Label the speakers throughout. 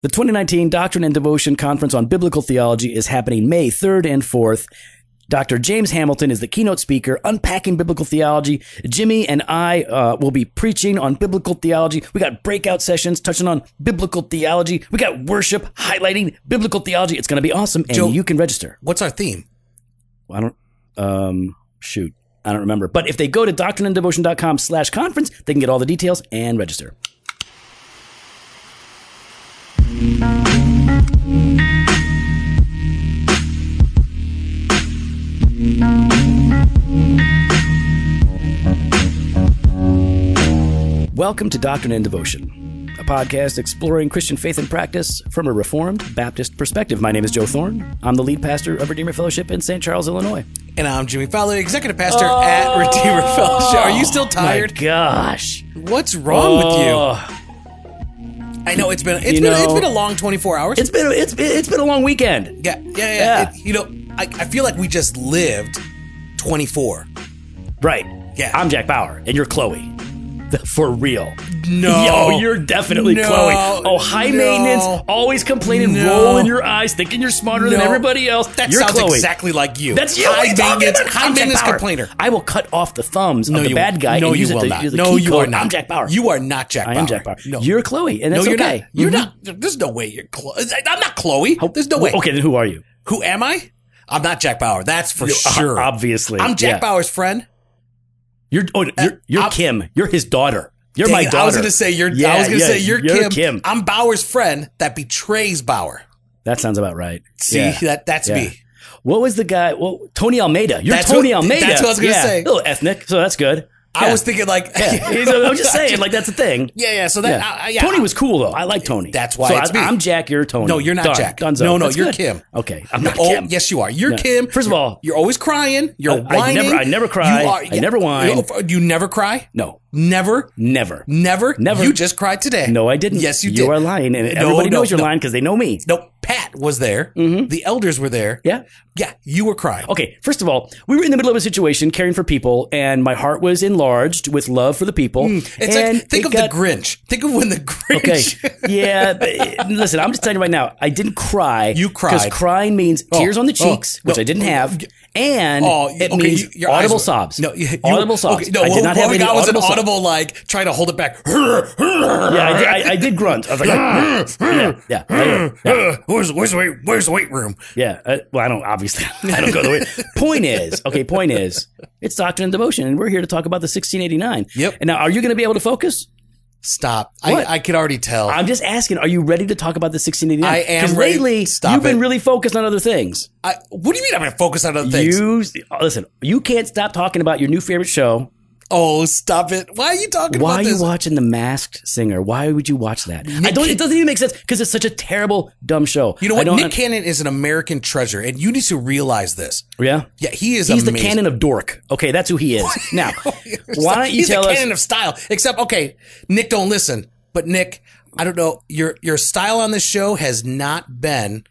Speaker 1: The 2019 Doctrine and Devotion Conference on Biblical Theology is happening May 3rd and 4th. Dr. James Hamilton is the keynote speaker, unpacking biblical theology. Jimmy and I uh, will be preaching on biblical theology. We got breakout sessions touching on biblical theology. We got worship highlighting biblical theology. It's going to be awesome, and
Speaker 2: Joe-
Speaker 1: you can register.
Speaker 2: What's our theme?
Speaker 1: I don't, um, shoot, I don't remember. But if they go to doctrineanddevotion.com slash conference, they can get all the details and register. Welcome to Doctrine and Devotion, a podcast exploring Christian faith and practice from a Reformed Baptist perspective. My name is Joe Thorne. I'm the lead pastor of Redeemer Fellowship in St. Charles, Illinois.
Speaker 2: And I'm Jimmy Fowler, executive pastor at Redeemer Fellowship. Are you still tired?
Speaker 1: Oh. My gosh.
Speaker 2: What's wrong with
Speaker 1: Oh,
Speaker 2: you? I know it's been it's
Speaker 1: You
Speaker 2: been it's
Speaker 1: know-
Speaker 2: been a long 24 hours.
Speaker 1: It's been it's been, it's been a long weekend.
Speaker 2: yeah, yeah, yeah.
Speaker 1: Yeah.
Speaker 2: It- you know, I, I feel like we just lived 24.
Speaker 1: Right.
Speaker 2: Yeah.
Speaker 1: I'm Jack Bauer and you're Chloe. For real.
Speaker 2: No.
Speaker 1: Yo, you're definitely
Speaker 2: No.
Speaker 1: Chloe. Oh, high
Speaker 2: No.
Speaker 1: maintenance, always complaining,
Speaker 2: No.
Speaker 1: rolling your eyes, thinking you're smarter than
Speaker 2: No.
Speaker 1: everybody else.
Speaker 2: That
Speaker 1: you're
Speaker 2: sounds
Speaker 1: Chloe.
Speaker 2: exactly like you.
Speaker 1: That's you. What are
Speaker 2: High
Speaker 1: you talking
Speaker 2: maintenance,
Speaker 1: about?
Speaker 2: high
Speaker 1: I'm Jack
Speaker 2: maintenance
Speaker 1: Bauer.
Speaker 2: complainer.
Speaker 1: I will cut off the thumbs of the
Speaker 2: you
Speaker 1: bad
Speaker 2: won't.
Speaker 1: guy.
Speaker 2: No,
Speaker 1: and
Speaker 2: you
Speaker 1: use it
Speaker 2: will
Speaker 1: to-
Speaker 2: not.
Speaker 1: use the
Speaker 2: no,
Speaker 1: key
Speaker 2: you
Speaker 1: code.
Speaker 2: are not.
Speaker 1: I'm Jack Bauer.
Speaker 2: You are not Jack.
Speaker 1: I
Speaker 2: Bauer.
Speaker 1: am Jack Bauer.
Speaker 2: No,
Speaker 1: You're Chloe, and that's
Speaker 2: no, you're
Speaker 1: okay.
Speaker 2: not. You're
Speaker 1: Mhm.
Speaker 2: not. There's no way you're Chloe. I'm not Chloe. There's no way.
Speaker 1: Okay, then who are you?
Speaker 2: Who am I? I'm not Jack Bauer. That's for sure.
Speaker 1: uh, Obviously,
Speaker 2: I'm Jack
Speaker 1: yeah.
Speaker 2: Bauer's friend.
Speaker 1: You're oh, you're, you're
Speaker 2: I'm-
Speaker 1: Kim. You're his daughter. You're
Speaker 2: Dang
Speaker 1: my
Speaker 2: it,
Speaker 1: daughter.
Speaker 2: I was gonna say you're.
Speaker 1: Yeah,
Speaker 2: I was gonna
Speaker 1: yeah,
Speaker 2: say you're,
Speaker 1: you're
Speaker 2: Kim.
Speaker 1: Kim.
Speaker 2: I'm Bauer's friend that betrays Bauer.
Speaker 1: That sounds about right.
Speaker 2: See
Speaker 1: Yeah.
Speaker 2: that? That's
Speaker 1: Yeah.
Speaker 2: me.
Speaker 1: What was the guy? Well, Tony Almeida. You're
Speaker 2: That's
Speaker 1: Tony
Speaker 2: what-
Speaker 1: Almeida.
Speaker 2: that's what I was gonna
Speaker 1: Yeah.
Speaker 2: say.
Speaker 1: A little ethnic, so that's good.
Speaker 2: I
Speaker 1: Yeah.
Speaker 2: was thinking like.
Speaker 1: Yeah. He's- I'm just saying, like that's a thing.
Speaker 2: yeah, yeah. So that. I- I- yeah,
Speaker 1: Tony
Speaker 2: I-
Speaker 1: was cool though. I like Tony.
Speaker 2: That's why
Speaker 1: So
Speaker 2: it's
Speaker 1: I,
Speaker 2: me.
Speaker 1: I'm Jack. You're Tony.
Speaker 2: No, you're not
Speaker 1: Done.
Speaker 2: Jack.
Speaker 1: Dunzo.
Speaker 2: No, no,
Speaker 1: That's
Speaker 2: you're
Speaker 1: good.
Speaker 2: Kim.
Speaker 1: Okay, I'm not
Speaker 2: Oh,
Speaker 1: Kim.
Speaker 2: yes, you are. You're
Speaker 1: No.
Speaker 2: Kim.
Speaker 1: First of all-
Speaker 2: you're always crying. You're
Speaker 1: I- I
Speaker 2: whining.
Speaker 1: never- I never cry. I never whine.
Speaker 2: You, you never cry.
Speaker 1: No,
Speaker 2: Never.
Speaker 1: never.
Speaker 2: Never.
Speaker 1: Never.
Speaker 2: You just cried today.
Speaker 1: No, I didn't.
Speaker 2: Yes, you
Speaker 1: you
Speaker 2: did.
Speaker 1: are lying, and
Speaker 2: No,
Speaker 1: everybody
Speaker 2: no,
Speaker 1: knows you're
Speaker 2: no.
Speaker 1: lying because they know me.
Speaker 2: No, Pat was there. The elders were there.
Speaker 1: Mm-hmm. Yeah.
Speaker 2: Yeah, you were crying.
Speaker 1: Okay, first of all, we were in the middle of a situation caring for people, and my heart was enlarged with love for the people.
Speaker 2: Mm, It's
Speaker 1: and
Speaker 2: like think
Speaker 1: it
Speaker 2: of
Speaker 1: got-
Speaker 2: the Grinch. Think of when the
Speaker 1: Okay.
Speaker 2: Grinch.
Speaker 1: Yeah. But, eh, listen, I'm just telling you right now, I didn't cry.
Speaker 2: You
Speaker 1: Because
Speaker 2: cried.
Speaker 1: crying means tears on the
Speaker 2: oh,
Speaker 1: cheeks, which
Speaker 2: no,
Speaker 1: I didn't have. And
Speaker 2: Oh,
Speaker 1: it
Speaker 2: okay,
Speaker 1: means
Speaker 2: you- your eyes
Speaker 1: audible
Speaker 2: were-
Speaker 1: sobs.
Speaker 2: No, you, you-
Speaker 1: audible sobs.
Speaker 2: Okay, no,
Speaker 1: I did
Speaker 2: what,
Speaker 1: not
Speaker 2: what
Speaker 1: have
Speaker 2: we
Speaker 1: any
Speaker 2: got was an
Speaker 1: audible sobs.
Speaker 2: audible, like trying to hold it back.
Speaker 1: Yeah, I
Speaker 2: yeah,
Speaker 1: did, I, I did grunt. I was like, yeah, yeah, yeah, yeah.
Speaker 2: Uh, where's where's the weight where's the weight room?
Speaker 1: yeah. Uh, well, I don't obviously. I don't go the way. Point is, okay. Point is, it's doctrine and devotion, and we're here to talk about the 1689.
Speaker 2: Yep.
Speaker 1: And now, are you going to be able to focus?
Speaker 2: Stop!
Speaker 1: What?
Speaker 2: I, I could already tell.
Speaker 1: I'm just asking. Are you ready to talk about the 1689?
Speaker 2: I am
Speaker 1: 'Cause
Speaker 2: ready.
Speaker 1: Lately,
Speaker 2: Stop
Speaker 1: you've been
Speaker 2: it.
Speaker 1: really focused on other things.
Speaker 2: I, what do you mean? I'm going to focus on other things.
Speaker 1: You listen. You can't stop talking about your new favorite show.
Speaker 2: oh, stop it! Why are you talking
Speaker 1: Why
Speaker 2: about
Speaker 1: are
Speaker 2: this?
Speaker 1: you watching The Masked Singer? Why would you watch that? I don't, it doesn't even make sense because it's such a terrible, dumb show.
Speaker 2: you know
Speaker 1: I
Speaker 2: what?
Speaker 1: don't-
Speaker 2: Nick Cannon is an American treasure, and you need to realize this.
Speaker 1: yeah,
Speaker 2: Yeah, he is.
Speaker 1: he's the
Speaker 2: amazing.
Speaker 1: canon of dork. Okay, that's who he is. Now, why don't you
Speaker 2: he's
Speaker 1: tell
Speaker 2: the
Speaker 1: us?
Speaker 2: canon of style. Except, okay, Nick, don't listen. But Nick, I don't know your your style on this show has not been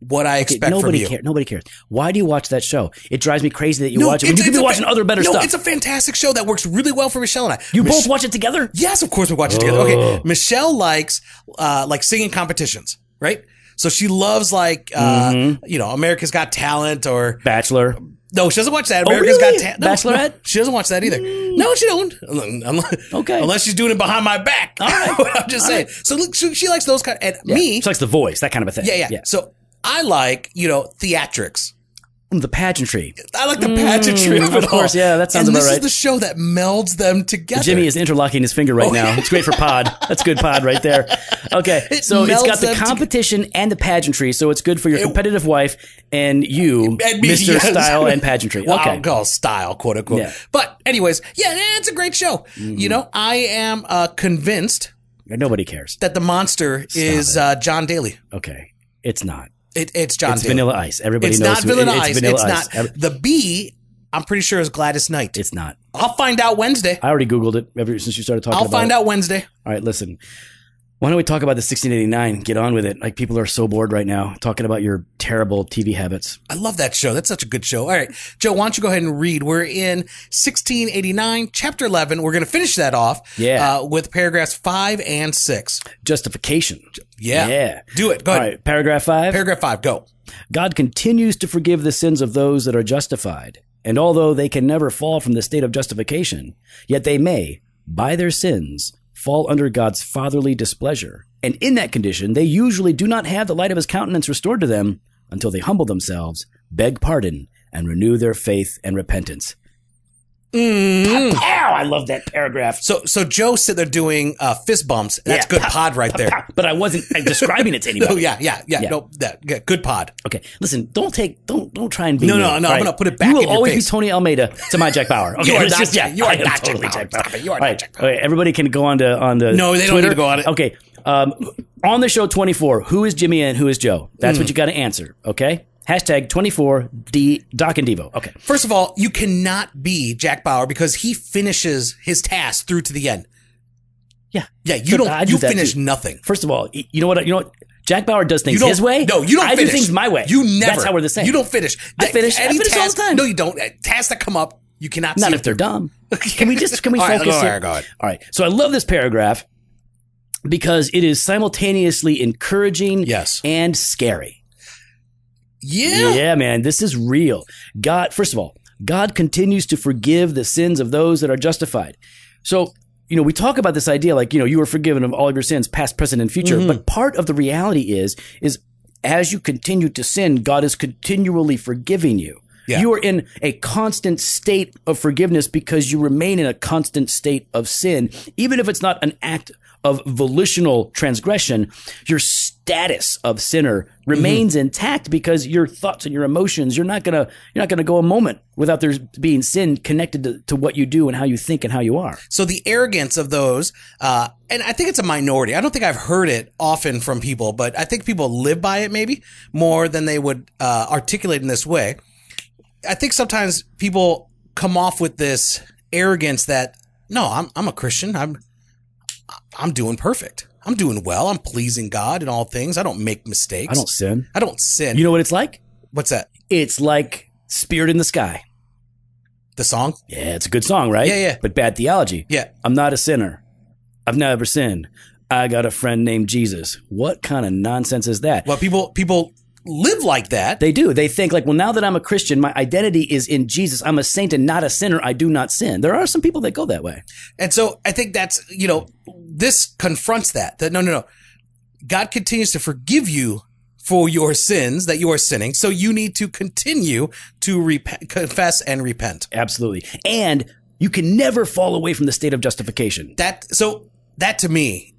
Speaker 2: what I expect from
Speaker 1: Nobody
Speaker 2: you.
Speaker 1: cares. Nobody cares. Why do you watch that show? It drives me crazy that you watch it. When
Speaker 2: it's-
Speaker 1: you could
Speaker 2: it's
Speaker 1: be
Speaker 2: a fa-
Speaker 1: watching other better
Speaker 2: no,
Speaker 1: stuff.
Speaker 2: It's a fantastic show that works really well for Michelle and I.
Speaker 1: you
Speaker 2: Mich-
Speaker 1: both Oh. watch it together.
Speaker 2: Yes, of course we watch it together. Okay, Michelle likes uh, like singing competitions, right? So she loves like uh,
Speaker 1: Mm-hmm.
Speaker 2: you know America's Got Talent or
Speaker 1: Bachelor.
Speaker 2: No, she doesn't watch that. America's
Speaker 1: Oh, really?
Speaker 2: Got Talent. No,
Speaker 1: Bachelorette? Mm.
Speaker 2: no, she doesn't watch that either. No, she don't. Unless,
Speaker 1: Okay.
Speaker 2: Unless she's doing it behind my back. I'm just saying. So look, she, she likes those kind. And me,
Speaker 1: She likes The Voice, that kind of a thing.
Speaker 2: yeah, yeah, So I like you know theatrics.
Speaker 1: Mm, The pageantry.
Speaker 2: I like the pageantry of
Speaker 1: Mm, of
Speaker 2: it all.
Speaker 1: course, yeah, that sounds
Speaker 2: and
Speaker 1: about
Speaker 2: this
Speaker 1: right.
Speaker 2: is the show that melds them together.
Speaker 1: Jimmy is interlocking his finger
Speaker 2: Oh,
Speaker 1: right now. It's great for pod. That's good pod right there. Okay.
Speaker 2: It
Speaker 1: so it's
Speaker 2: melts
Speaker 1: got the
Speaker 2: them to-
Speaker 1: competition and the pageantry. So it's good for your competitive wife and you,
Speaker 2: And me,
Speaker 1: Mr.
Speaker 2: yes.
Speaker 1: Style and Pageantry.
Speaker 2: Well,
Speaker 1: Okay.
Speaker 2: I'll call style, quote unquote.
Speaker 1: Yeah. Mm-hmm.
Speaker 2: But anyways, yeah, yeah, it's a great show. You know, I am uh, convinced
Speaker 1: Nobody cares.
Speaker 2: that the monster is uh, John Daly.
Speaker 1: Okay. It's not.
Speaker 2: It, it's John
Speaker 1: It's
Speaker 2: Daly.
Speaker 1: Vanilla Ice. Everybody
Speaker 2: It's
Speaker 1: knows
Speaker 2: not
Speaker 1: who-
Speaker 2: Vanilla
Speaker 1: it-
Speaker 2: Ice.
Speaker 1: It's Vanilla
Speaker 2: It's,
Speaker 1: Ice.
Speaker 2: not.
Speaker 1: Every-
Speaker 2: The B, I'm pretty sure, is Gladys Knight.
Speaker 1: it's not.
Speaker 2: I'll find out Wednesday.
Speaker 1: I already Googled it ever since you started talking
Speaker 2: I'll
Speaker 1: about
Speaker 2: find
Speaker 1: it.
Speaker 2: out Wednesday.
Speaker 1: All right, listen. Why don't we talk about the 1689? Get on with it. Like people are so bored right now talking about your terrible TV habits.
Speaker 2: I love that show. That's such a good show. All right, Joe, why don't you go ahead and read? We're in 1689, chapter 11. We're going to finish that off
Speaker 1: Yeah.
Speaker 2: uh, with paragraphs five and six.
Speaker 1: Justification.
Speaker 2: Yeah.
Speaker 1: Yeah.
Speaker 2: Do it. Go
Speaker 1: All
Speaker 2: ahead.
Speaker 1: right. Paragraph five.
Speaker 2: Paragraph five, go.
Speaker 1: God continues to forgive the sins of those that are justified. And although they can never fall from the state of justification, yet they may, by their sins, fall under God's fatherly displeasure. And in that condition, they usually do not have the light of his countenance restored to them until they humble themselves, beg pardon, and renew their faith and repentance. Ow, I love that paragraph.
Speaker 2: So, so Joe sit there doing uh, fist bumps. That's
Speaker 1: Yeah.
Speaker 2: good pod right there.
Speaker 1: But I wasn't uh, describing it to
Speaker 2: Oh
Speaker 1: anybody.
Speaker 2: yeah, yeah, yeah.
Speaker 1: Yeah.
Speaker 2: No, that yeah, good pod.
Speaker 1: Okay, listen. Don't take. Don't don't try and be.
Speaker 2: No,
Speaker 1: me,
Speaker 2: no, no, I'm
Speaker 1: right?
Speaker 2: gonna put it back
Speaker 1: You will
Speaker 2: in your
Speaker 1: always
Speaker 2: face.
Speaker 1: be Tony Almeida to my Jack Bauer. Okay,
Speaker 2: You are
Speaker 1: let's
Speaker 2: not
Speaker 1: just, yeah,
Speaker 2: Jack- you are
Speaker 1: I am
Speaker 2: not Jack
Speaker 1: totally
Speaker 2: Bauer. Stop it, you are
Speaker 1: All
Speaker 2: not
Speaker 1: right,
Speaker 2: Jack Bauer.
Speaker 1: okay, everybody can go on to on the.
Speaker 2: No, they don't
Speaker 1: Twitter.
Speaker 2: need to go on it.
Speaker 1: Okay, um, on the show twenty four. Who is Jimmy and who is Joe? That's
Speaker 2: Hmm.
Speaker 1: what you got to answer. Okay. Hashtag twenty four D Doc and Devo. Okay.
Speaker 2: First of all, you cannot be Jack Bauer because he finishes his task through to the end.
Speaker 1: Yeah.
Speaker 2: Yeah, you
Speaker 1: So
Speaker 2: don't.
Speaker 1: I do
Speaker 2: you
Speaker 1: that
Speaker 2: finish
Speaker 1: too.
Speaker 2: nothing.
Speaker 1: First of all, y- you know what? You know what? Jack Bauer does
Speaker 2: You
Speaker 1: things
Speaker 2: don't,
Speaker 1: his way.
Speaker 2: No, you don't.
Speaker 1: I
Speaker 2: finish.
Speaker 1: do things my way.
Speaker 2: You never.
Speaker 1: That's how we're the same.
Speaker 2: You don't finish.
Speaker 1: I
Speaker 2: That-
Speaker 1: finish- I finish all the
Speaker 2: task-
Speaker 1: time.
Speaker 2: No, you don't. Uh, Tasks that come up, you cannot.
Speaker 1: Not
Speaker 2: see
Speaker 1: if they're dumb. Can we just can we
Speaker 2: All right,
Speaker 1: focus?
Speaker 2: go,
Speaker 1: here?
Speaker 2: all right, go ahead.
Speaker 1: All right. So I love this paragraph because it is simultaneously encouraging
Speaker 2: Yes.
Speaker 1: and scary.
Speaker 2: Yeah.
Speaker 1: man, this is real. God, first of all, God continues to forgive the sins of those that are justified. So, you know, we talk about this idea like, you know, you are forgiven of all of your sins, past, present, and future. But part of the reality is, is as you continue to sin, God is continually forgiving you.
Speaker 2: Yeah.
Speaker 1: You are in a constant state of forgiveness because you remain in a constant state of sin. Even if it's not an act of volitional transgression, your status of sinner remains intact because your thoughts and your emotions, you're not gonna you're not gonna go a moment without there being sin connected to, to what you do and how you think and how you are.
Speaker 2: So the arrogance of those, uh, and I think it's a minority. I don't think I've heard it often from people, but I think people live by it maybe more than they would uh, articulate in this way. I think sometimes people come off with this arrogance that no, I'm I'm a Christian. I'm I'm doing perfect. I'm doing well. I'm pleasing God in all things. I don't make mistakes.
Speaker 1: I don't sin.
Speaker 2: I don't sin.
Speaker 1: You know what it's like?
Speaker 2: What's that?
Speaker 1: It's like Spirit in the Sky.
Speaker 2: The song?
Speaker 1: Yeah, it's a good song, right?
Speaker 2: Yeah, yeah.
Speaker 1: But bad theology.
Speaker 2: Yeah.
Speaker 1: I'm not a sinner. I've never sinned. I got a friend named Jesus. What kind of nonsense is that?
Speaker 2: Well, people people live like that.
Speaker 1: They do. They think like, well, now that I'm a Christian, my identity is in Jesus. I'm a saint and not a sinner. I do not sin. There are some people that go that way.
Speaker 2: And so I think that's, you know, this confronts that, that no, no, no. God continues to forgive you for your sins that you are sinning. So you need to continue to repent, confess and repent.
Speaker 1: Absolutely. And you can never fall away from the state of justification.
Speaker 2: That, so that to me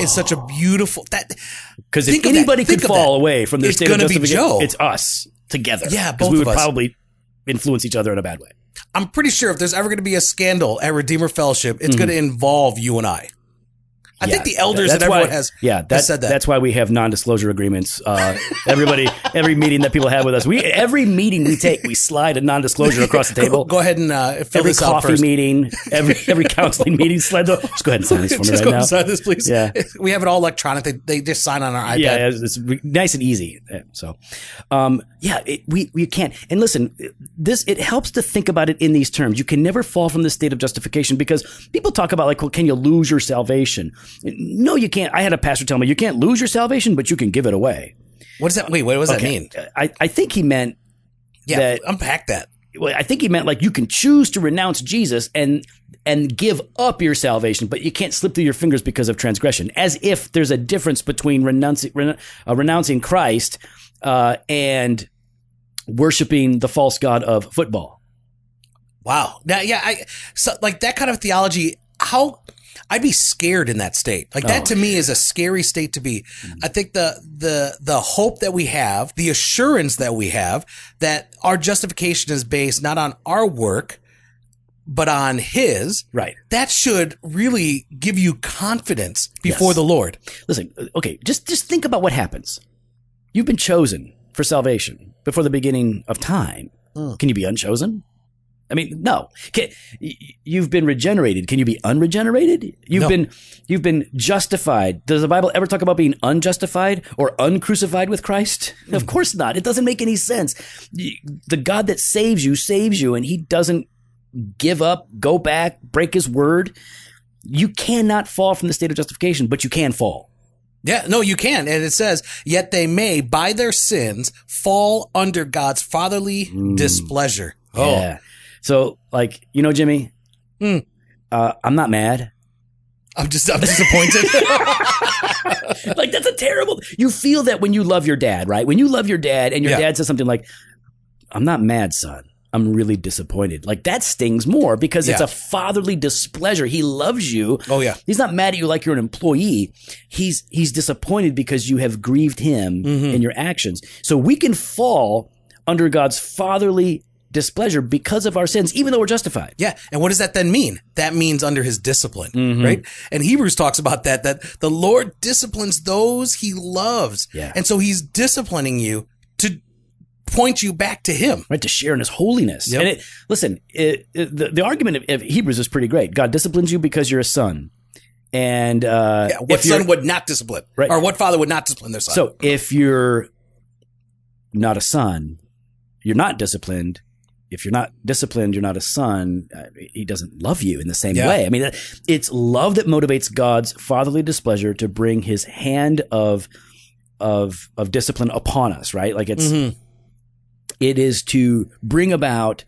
Speaker 2: is such a beautiful, that,
Speaker 1: Because if
Speaker 2: Think of that.
Speaker 1: anybody
Speaker 2: Think
Speaker 1: could
Speaker 2: of
Speaker 1: fall
Speaker 2: that.
Speaker 1: away from their
Speaker 2: It's
Speaker 1: state of
Speaker 2: gonna be
Speaker 1: justification,
Speaker 2: Joe.
Speaker 1: it's us together.
Speaker 2: Yeah,
Speaker 1: 'Cause
Speaker 2: both
Speaker 1: we
Speaker 2: of
Speaker 1: would
Speaker 2: us.
Speaker 1: probably influence each other in a bad way.
Speaker 2: I'm pretty sure if there's ever going to be a scandal at Redeemer Fellowship, it's going to involve you and I. I think
Speaker 1: Mm-hmm. Yeah,
Speaker 2: the elders
Speaker 1: that's
Speaker 2: and everyone
Speaker 1: why-
Speaker 2: has,
Speaker 1: yeah
Speaker 2: has said that.
Speaker 1: that's why we have non-disclosure agreements uh, everybody every meeting that people have with us we every meeting we take we slide a non-disclosure across the table
Speaker 2: Go ahead and uh, fill
Speaker 1: every
Speaker 2: this out
Speaker 1: coffee
Speaker 2: first.
Speaker 1: meeting every every counseling meeting slide the, just go ahead and sign this for me right
Speaker 2: Just go
Speaker 1: now
Speaker 2: inside this, please.
Speaker 1: Yeah.
Speaker 2: We have it all electronic. They, they just sign on our iPad.
Speaker 1: yeah, it's, it's re- nice and easy. Uh, So, um, yeah, it, we we can't. And listen, this it helps to think about it in these terms. You can never fall from the state of justification because people talk about like, well, can you lose your salvation? No, you can't. I had a pastor tell me you can't lose your salvation, but you can give it away.
Speaker 2: What does that? Wait, what does that mean?
Speaker 1: I, I think he meant
Speaker 2: Yeah,
Speaker 1: that-
Speaker 2: unpack that.
Speaker 1: well, I think he meant like you can choose to renounce Jesus and and give up your salvation, but you can't slip through your fingers because of transgression. As if there's a difference between renouncing ren- uh, renouncing Christ uh, and worshiping the false god of football.
Speaker 2: Wow. Now, yeah, I so like that kind of theology. How I'd be scared in that state. Like that
Speaker 1: Oh. Mm-hmm.
Speaker 2: to me is a scary state to be. I think the the the hope that we have, the assurance that we have, that our justification is based not on our work, but on His.
Speaker 1: Right.
Speaker 2: That should really give you confidence before
Speaker 1: Yes.
Speaker 2: the Lord.
Speaker 1: Listen, uh, okay, just just think about what happens. You've been chosen for salvation before the beginning of time. Can you be unchosen? I mean, no. Can, y- you've been regenerated. Can you be unregenerated? You've
Speaker 2: No.
Speaker 1: been you've been justified. Does the Bible ever talk about being unjustified or uncrucified with Christ? Of course not. It doesn't make any sense. Y- The God that saves you saves you, and He doesn't give up, go back, break His word. You cannot fall from the state of justification, but you can fall.
Speaker 2: Yeah, no, you can. And it says, yet they may, by their sins, fall under God's fatherly
Speaker 1: Hmm.
Speaker 2: displeasure. Oh,
Speaker 1: Yeah. So, like, you know, Jimmy,
Speaker 2: Mm.
Speaker 1: uh, I'm not mad.
Speaker 2: I'm just, I'm disappointed.
Speaker 1: like that's a terrible you feel that when you love your dad right when you love your dad and your
Speaker 2: Yeah.
Speaker 1: dad says something like i'm not mad son i'm really disappointed like that stings more because it's
Speaker 2: Yeah.
Speaker 1: a fatherly displeasure he loves you
Speaker 2: oh, yeah.
Speaker 1: he's not mad at you like you're an employee he's he's disappointed because you have grieved him in your actions so we can fall under god's fatherly displeasure because of our sins even though we're justified
Speaker 2: Yeah. And what does that then mean? That means under his discipline,
Speaker 1: Mm-hmm.
Speaker 2: right? And Hebrews talks about that, that the Lord disciplines those he loves.
Speaker 1: Yeah.
Speaker 2: And so he's disciplining you to point you back to him.
Speaker 1: right to share in his holiness
Speaker 2: Yep.
Speaker 1: and it listen it, it- the, the argument of, of hebrews is pretty great god disciplines you because you're a son and uh
Speaker 2: Yeah. What
Speaker 1: if you're-
Speaker 2: son would not discipline?
Speaker 1: Right.
Speaker 2: Or what father would not discipline their son?
Speaker 1: so if you're not a son you're not disciplined if you're not disciplined you're not a son Uh, he doesn't love you in the same
Speaker 2: Yeah.
Speaker 1: way i mean that- it's love that motivates god's fatherly displeasure to bring his hand of of of discipline upon us right like it's
Speaker 2: Mhm.
Speaker 1: it is to bring about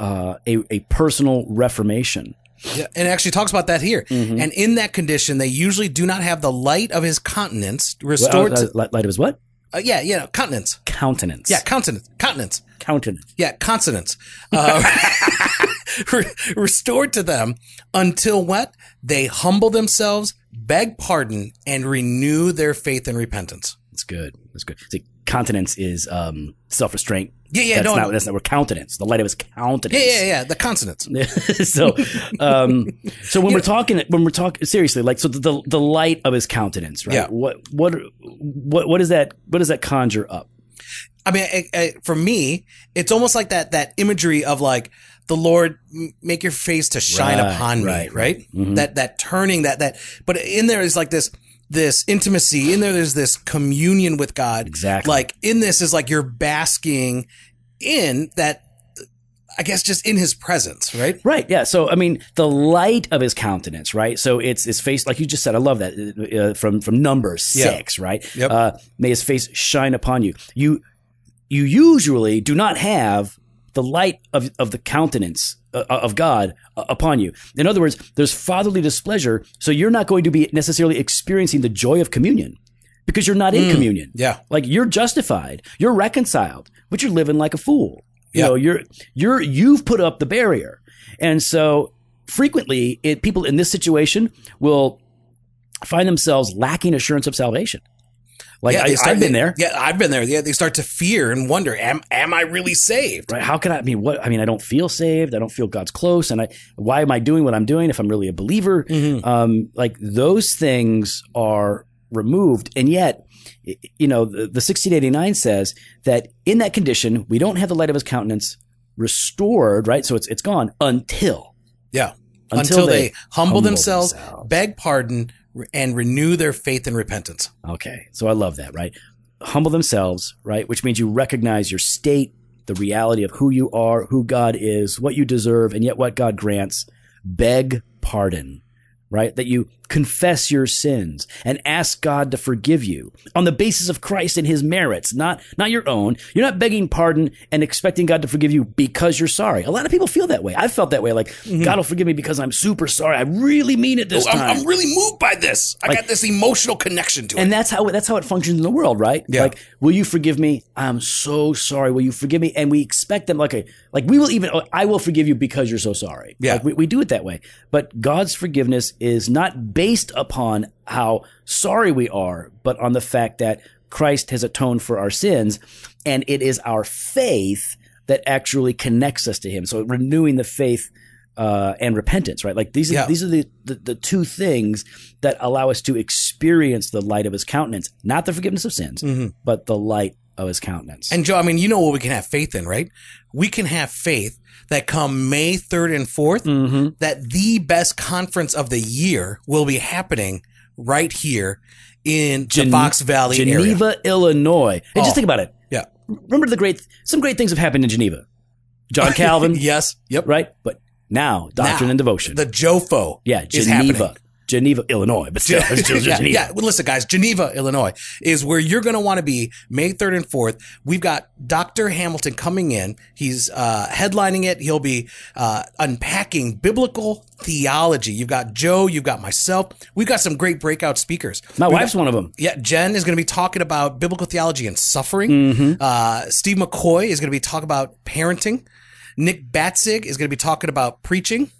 Speaker 1: uh, a, a personal reformation.
Speaker 2: Yeah, and it actually talks about that here.
Speaker 1: Mhm.
Speaker 2: And in that condition, they usually do not have the light of his countenance
Speaker 1: Well,
Speaker 2: restored
Speaker 1: uh,
Speaker 2: to.
Speaker 1: li- light of his what?
Speaker 2: Uh, yeah, yeah, countenance.
Speaker 1: Countenance.
Speaker 2: Yeah, countenance. Countenance.
Speaker 1: countenance.
Speaker 2: Yeah, consonants. Uh, re- restored to them until what? They humble themselves, beg pardon, and renew their faith and repentance.
Speaker 1: That's good. That's good. See, continence is um, self restraint.
Speaker 2: Yeah, yeah,
Speaker 1: that's
Speaker 2: no.
Speaker 1: not.
Speaker 2: no.
Speaker 1: That's not. We're countenance. The light of his
Speaker 2: yeah,
Speaker 1: countenance.
Speaker 2: yeah, yeah. The consonants.
Speaker 1: so, um, so when we're talking, when we're talking seriously, like so the, the the light of his countenance, right?
Speaker 2: Yeah.
Speaker 1: What what what what does that what does that conjure up?
Speaker 2: I mean, I, I, for me, it's almost like that that imagery of like the Lord m- make your face to shine
Speaker 1: Right,
Speaker 2: upon me,
Speaker 1: right, Mm-hmm.
Speaker 2: right? That that turning that that, but in there is like this this intimacy. In there, there's this communion with God.
Speaker 1: Exactly.
Speaker 2: Like in this is like you're basking in that. I guess just in His presence, right?
Speaker 1: Right. Yeah. So I mean, the light of his countenance, right? So it's his face, like you just said. I love that uh, from from number six, right?
Speaker 2: Yep.
Speaker 1: Uh, May his face shine upon you. You you usually do not have the light of of the countenance uh, of God uh, upon you. In other words, there's fatherly displeasure, so you're not going to be necessarily experiencing the joy of communion because you're not in communion.
Speaker 2: Yeah.
Speaker 1: Like you're justified, you're reconciled, but you're living like a fool. You
Speaker 2: Yeah.
Speaker 1: know, you're you're you've put up the barrier, and so frequently, it people in this situation will find themselves lacking assurance of salvation. Like
Speaker 2: yeah,
Speaker 1: I,
Speaker 2: they start-
Speaker 1: I've been there.
Speaker 2: Yeah, I've been there. Yeah, they start to fear and wonder: Am am I really saved?
Speaker 1: Right? How can I, I mean, what? I mean, I don't feel saved. I don't feel God's close. And I, why am I doing what I'm doing if I'm really a believer? Um, like those things are removed. And yet, y- you know, the, the 1689 says that in that condition, we don't have the light of his countenance restored, right? So it's, it's gone until,
Speaker 2: Yeah.
Speaker 1: Until
Speaker 2: Until,
Speaker 1: they
Speaker 2: they, humble,
Speaker 1: humble
Speaker 2: themselves,
Speaker 1: themselves.
Speaker 2: beg pardon, re- and renew their faith and repentance.
Speaker 1: okay. So I love that, right? Humble themselves, right? Which means you recognize your state, the reality of who you are, who God is, what you deserve, and yet what God grants. Beg pardon. right? That you confess your sins and ask God to forgive you on the basis of Christ and his merits, not, not your own. You're not begging pardon and expecting God to forgive you because you're sorry. A lot of people feel that way. I felt that way. Like, God will forgive me because I'm super sorry. I really mean it this
Speaker 2: Mm-hmm. Oh, I'm,
Speaker 1: time.
Speaker 2: I'm really moved by this. I
Speaker 1: Like-
Speaker 2: got this emotional connection to it.
Speaker 1: and that's how that's how it functions in the world, right?
Speaker 2: Yeah.
Speaker 1: Like, will you forgive me? I'm so sorry. Will you forgive me? And we expect them like a like we will even oh, I will forgive you because you're so sorry.
Speaker 2: Yeah.
Speaker 1: Like, we, we do it that way. But God's forgiveness is not based upon how sorry we are, but on the fact that Christ has atoned for our sins, and it is our faith that actually connects us to Him. So renewing the faith uh, and repentance, right? Like these are
Speaker 2: Yeah.
Speaker 1: these are the, the the two things that allow us to experience the light of His countenance, not the forgiveness of sins, but the light of his countenance.
Speaker 2: Mm-hmm. And Joe, I mean, you know what we can have faith in, right? We can have faith that come May 3rd and 4th,
Speaker 1: mm-hmm.
Speaker 2: that the best conference of the year will be happening right here in
Speaker 1: Gen-
Speaker 2: the Fox Valley area.
Speaker 1: Geneva, Illinois. Hey,
Speaker 2: Oh.
Speaker 1: just think about it.
Speaker 2: Yeah.
Speaker 1: Remember the great, some great things have happened in Geneva. John Calvin,
Speaker 2: Yes. Yep.
Speaker 1: right? But now, doctrine
Speaker 2: Now,
Speaker 1: and devotion.
Speaker 2: The Jofo.
Speaker 1: yeah,
Speaker 2: is
Speaker 1: Geneva. Geneva, Illinois, but still, it's still
Speaker 2: yeah,
Speaker 1: Geneva.
Speaker 2: yeah. Well, listen, guys, Geneva, Illinois is where you're going to want to be May 3rd and 4th. We've got Dr. Hamilton coming in. He's uh, headlining it. He'll be uh, unpacking biblical theology. You've got Joe, you've got myself. We've got some great breakout speakers.
Speaker 1: My
Speaker 2: We've
Speaker 1: wife's one of them.
Speaker 2: yeah, Jen is going to be talking about biblical theology and suffering.
Speaker 1: Mm-hmm.
Speaker 2: Uh, Steve McCoy is going to be talking about parenting. Nick Batzig is going to be talking about preaching.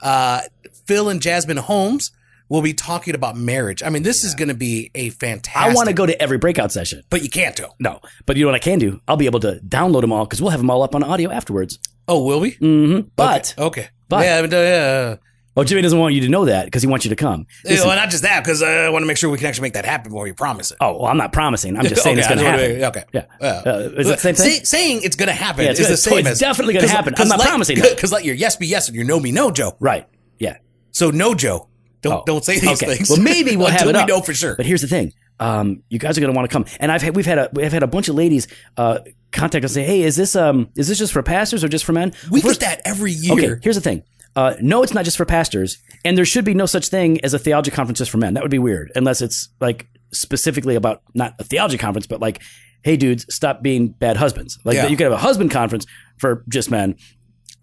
Speaker 2: Uh, Phil and Jasmine Holmes will be talking about marriage. I mean, this is going to be a fantastic.
Speaker 1: I want to go to every breakout session.
Speaker 2: but you can't go.
Speaker 1: No, but you know what I can do? I'll be able to download them all because we'll have them all up on audio afterwards.
Speaker 2: Oh, will we?
Speaker 1: Mm-hmm. But
Speaker 2: Okay.
Speaker 1: But-
Speaker 2: yeah, but, uh, yeah.
Speaker 1: oh, Jimmy doesn't want you to know that because he wants you to come.
Speaker 2: yeah. Well, not just that, because I want to make sure we can actually make that happen before you promise it.
Speaker 1: Oh, well, I'm not promising. I'm just saying
Speaker 2: Okay,
Speaker 1: it's going
Speaker 2: I
Speaker 1: to
Speaker 2: just wanna
Speaker 1: happen.
Speaker 2: be- okay.
Speaker 1: Yeah.
Speaker 2: Yeah.
Speaker 1: Uh, is it the same thing?
Speaker 2: Say- saying it's going to happen
Speaker 1: Yeah,
Speaker 2: yeah,
Speaker 1: it's
Speaker 2: is
Speaker 1: gonna-
Speaker 2: the same
Speaker 1: so it's
Speaker 2: as
Speaker 1: definitely gonna happen. I'm not promising that.
Speaker 2: because let your yes be yes and your no be no, Joe.
Speaker 1: Right. Yeah.
Speaker 2: So no, Joe. Don't
Speaker 1: Oh,
Speaker 2: don't say these
Speaker 1: okay.
Speaker 2: things.
Speaker 1: Well, maybe we'll have
Speaker 2: until
Speaker 1: it
Speaker 2: we
Speaker 1: up.
Speaker 2: know for sure.
Speaker 1: But here's the thing: um, you guys are going to want to come. And I've had, we've had a we've had a bunch of ladies uh, contact us and say, "Hey, is this um is this just for pastors or just for men?"
Speaker 2: we
Speaker 1: Well, first-
Speaker 2: get that every
Speaker 1: okay.
Speaker 2: year.
Speaker 1: Here's the thing: uh, no, it's not just for pastors, and there should be no such thing as a theology conference just for men. That would be weird, unless it's like specifically about not a theology conference, but like, hey, dudes, stop being bad husbands. Like
Speaker 2: Yeah.
Speaker 1: you could have a husband conference for just men.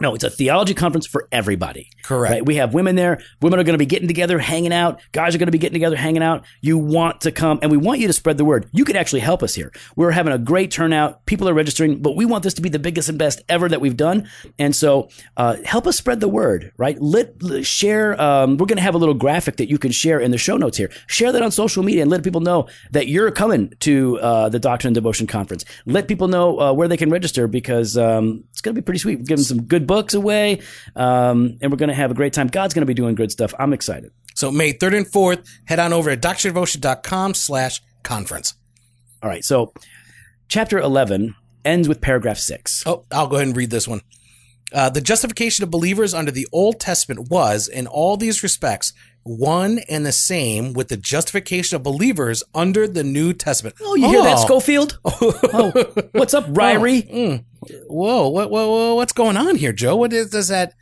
Speaker 1: No, it's a theology conference for everybody.
Speaker 2: Correct.
Speaker 1: Right? We have women there. Women are going to be getting together, hanging out. Guys are going to be getting together, hanging out. You want to come, and we want you to spread the word. You could actually help us here. We're having a great turnout. People are registering, but we want this to be the biggest and best ever that we've done. And so, uh, help us spread the word. Right? Let, l- share. Um, we're going to have a little graphic that you can share in the show notes here. Share that on social media and let people know that you're coming to uh, the Doctrine and Devotion Conference. Let people know uh, where they can register because um, it's going to be pretty sweet. We're giving some good books away, um, and we're going to have a great time. God's going to be doing good stuff. I'm excited.
Speaker 2: So May third and fourth, head on over to doctrinedevotion.com slash conference.
Speaker 1: All right, so chapter 11 ends with paragraph six.
Speaker 2: Oh, I'll go ahead and read this one. Uh, the justification of believers under the Old Testament was, in all these respects, one and the same with the justification of believers under the New Testament.
Speaker 1: Oh, you hear that, Schofield? oh, what's up, Ryrie?
Speaker 2: Whoa, what, whoa, whoa, what's going on here, Joe? What is, does that?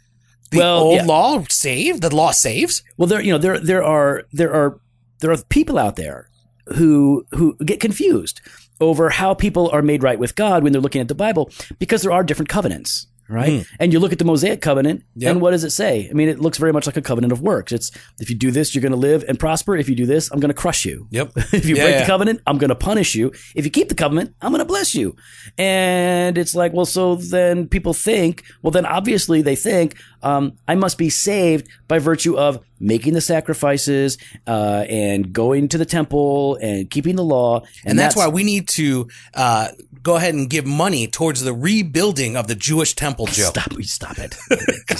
Speaker 2: The
Speaker 1: Well,
Speaker 2: old
Speaker 1: yeah.
Speaker 2: law save? The law saves?
Speaker 1: Well, there you know there there are there are there are people out there who who get confused over how people are made right with God when they're looking at the Bible because there are different covenants, right?
Speaker 2: Hmm,
Speaker 1: And you look at the Mosaic covenant,
Speaker 2: Yep.
Speaker 1: and what does it say? I mean, it looks very much like a covenant of works. It's if you do this, you're going to live and prosper. If you do this, I'm going to crush you.
Speaker 2: Yep.
Speaker 1: if you
Speaker 2: Yeah,
Speaker 1: break
Speaker 2: yeah.
Speaker 1: the covenant, I'm going to punish you. If you keep the covenant, I'm going to bless you. And it's like, well, so then people think, well, then obviously they think um, I must be saved by virtue of making the sacrifices uh, and going to the temple and keeping the law.
Speaker 2: And, that's, why we need to uh, go ahead and give money towards the rebuilding of the Jewish temple, Joe.
Speaker 1: Stop! you Stop it!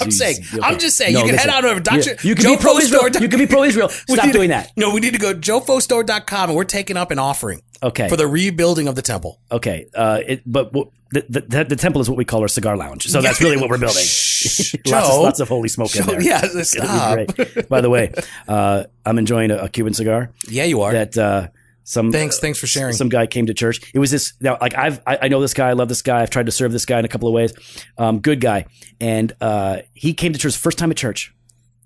Speaker 2: I'm saying,
Speaker 1: Jeez, okay.
Speaker 2: I'm just saying,
Speaker 1: No,
Speaker 2: you can
Speaker 1: listen.
Speaker 2: head on over to Dr.
Speaker 1: Yeah, You can be pro Israel. You can be pro Israel. Stop doing that.
Speaker 2: No, we need to go to jofostore.com and we're taking up an offering
Speaker 1: Okay.
Speaker 2: for the rebuilding of the temple.
Speaker 1: okay. Uh, it, but w- the, the- the, the temple is what we call our cigar lounge. So that's really what we're building.
Speaker 2: Shh,
Speaker 1: lots,
Speaker 2: Joe.
Speaker 1: of, lots of holy smoke in
Speaker 2: Joe,
Speaker 1: there.
Speaker 2: yeah,
Speaker 1: It'll
Speaker 2: stop.
Speaker 1: be great. By the way, uh, I'm enjoying a, a Cuban cigar
Speaker 2: Yeah, you are.
Speaker 1: that uh, some
Speaker 2: thanks, thanks for sharing.
Speaker 1: some guy came to church. It was this now like I've I, I know this guy, I love this guy. I've tried to serve this guy in a couple of ways. Um, good guy, and uh, he came to church first time at church.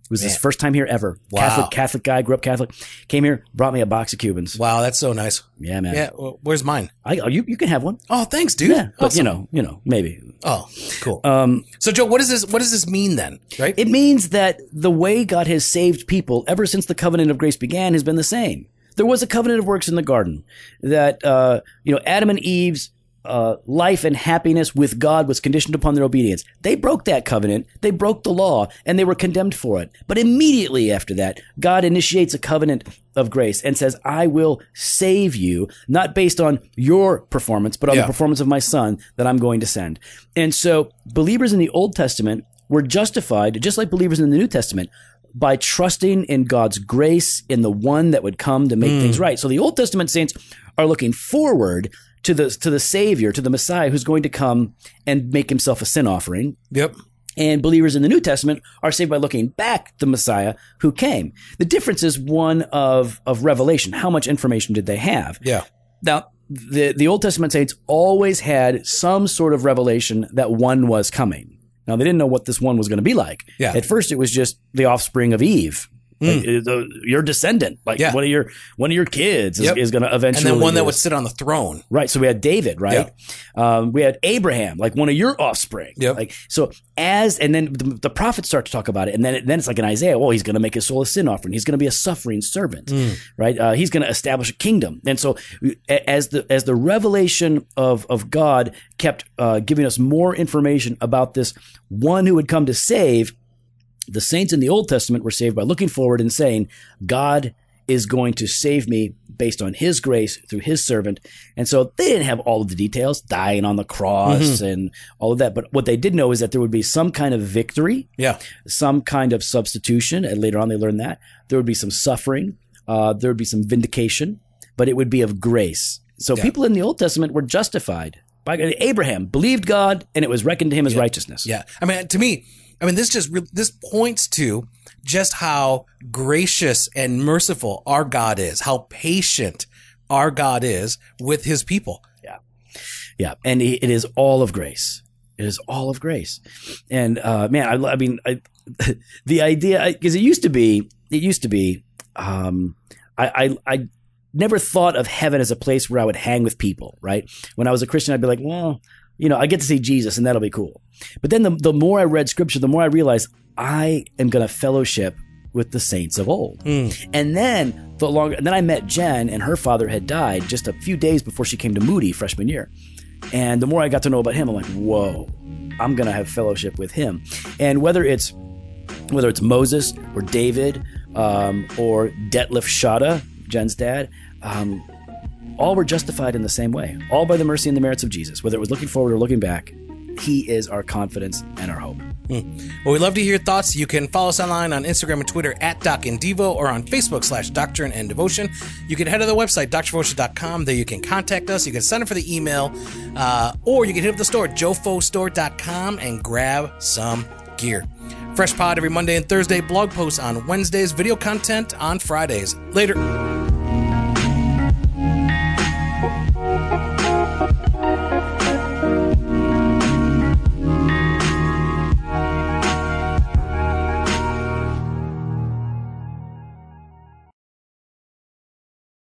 Speaker 1: It was his
Speaker 2: Man.
Speaker 1: first time here ever.
Speaker 2: Wow.
Speaker 1: Catholic Catholic guy, grew up Catholic, came here, brought me a box of Cubans.
Speaker 2: wow, that's so nice.
Speaker 1: Yeah, man.
Speaker 2: Yeah, well, where's mine?
Speaker 1: I, oh, you you can have one.
Speaker 2: Oh, thanks, dude.
Speaker 1: Yeah, but you
Speaker 2: Awesome.
Speaker 1: know, you know, maybe.
Speaker 2: Oh, cool.
Speaker 1: Um,
Speaker 2: so, Joe, what does this? What does this mean then? Right?
Speaker 1: It means that the way God has saved people ever since the covenant of grace began has been the same. There was a covenant of works in the garden that uh, you know Adam and Eve's uh, life and happiness with God was conditioned upon their obedience. They broke that covenant, they broke the law, and they were condemned for it. But immediately after that, God initiates a covenant of grace and says, "I will save you, not based on your performance, but on
Speaker 2: Yeah.
Speaker 1: the performance of my Son that I'm going to send." And so, believers in the Old Testament were justified, just like believers in the New Testament, by trusting in God's grace in the one that would come to make things right. So the Old Testament saints are looking forward to the to the Savior, to the Messiah, who's going to come and make himself a sin offering.
Speaker 2: Yep.
Speaker 1: And believers in the New Testament are saved by looking back to the Messiah who came. The difference is one of of revelation. How much information did they have?
Speaker 2: Yeah.
Speaker 1: Now, the the Old Testament saints always had some sort of revelation that one was coming. Now they didn't know what this one was going to be like.
Speaker 2: Yeah. Hmm.
Speaker 1: At first, it was just the offspring of Eve, like, uh, the- your descendant, like
Speaker 2: Yeah.
Speaker 1: one of your one of your kids is,
Speaker 2: Yep.
Speaker 1: is going to
Speaker 2: And
Speaker 1: eventually.
Speaker 2: then one
Speaker 1: do
Speaker 2: that would
Speaker 1: this.
Speaker 2: sit on the throne.
Speaker 1: Right. So we had David, right? Um, we had Abraham, like one of your offspring.
Speaker 2: Yep.
Speaker 1: Like so as and then the, the prophets start to talk about it, and then it, then it's like in Isaiah, well, he's going to make his soul a sin offering. He's going to be a suffering servant, right? Uh, he's going to establish a kingdom. And so a- as the as the revelation of of God kept uh, giving us more information about this one who would come to save, the saints in the Old Testament were saved by looking forward and saying, God is going to save me based on his grace through his servant. And so they didn't have all of the details, dying on the cross
Speaker 2: Mm-hmm.
Speaker 1: and all of that. But what they did know is that there would be some kind of victory,
Speaker 2: Yeah.
Speaker 1: some kind of substitution. And later on, they learned that there would be some suffering, uh, there would be some vindication, but it would be of grace. So
Speaker 2: Yeah.
Speaker 1: people in the Old Testament were justified. By Abraham believed God, and it was reckoned to him as righteousness.
Speaker 2: Yeah. I mean, to me, I mean, this just, re- this points to just how gracious and merciful our God is, how patient our God is with his people.
Speaker 1: Yeah, and it it is all of grace. It is all of grace. And uh, man, I, lo- I mean, I, the idea because it used to be, it used to be, um, I, I, I never thought of heaven as a place where I would hang with people. Right? When I was a Christian, I'd be like, well, you know, I get to see Jesus, and that'll be cool. But then the the more I read Scripture, the more I realized I am going to fellowship with the saints of old. And then the longer, and then I met Jen, and her father had died just a few days before she came to Moody freshman year. And the more I got to know about him, I'm like, whoa, I'm gonna have fellowship with him. And whether it's whether it's Moses or David um, or Detlef Shada, Jen's dad, um, all were justified in the same way, all by the mercy and the merits of Jesus. Whether it was looking forward or looking back, He is our confidence and our hope.
Speaker 2: Well, we'd love to hear your thoughts. You can follow us online on Instagram and Twitter at Doc and Devo or on Facebook slash Doctrine and Devotion. You can head to the website, drvotion.com. There you can contact us. You can sign up for the email, uh, or you can hit up the store, jofostore.com, and grab some gear. Fresh pod every Monday and Thursday, blog posts on Wednesdays, video content on Fridays. Later.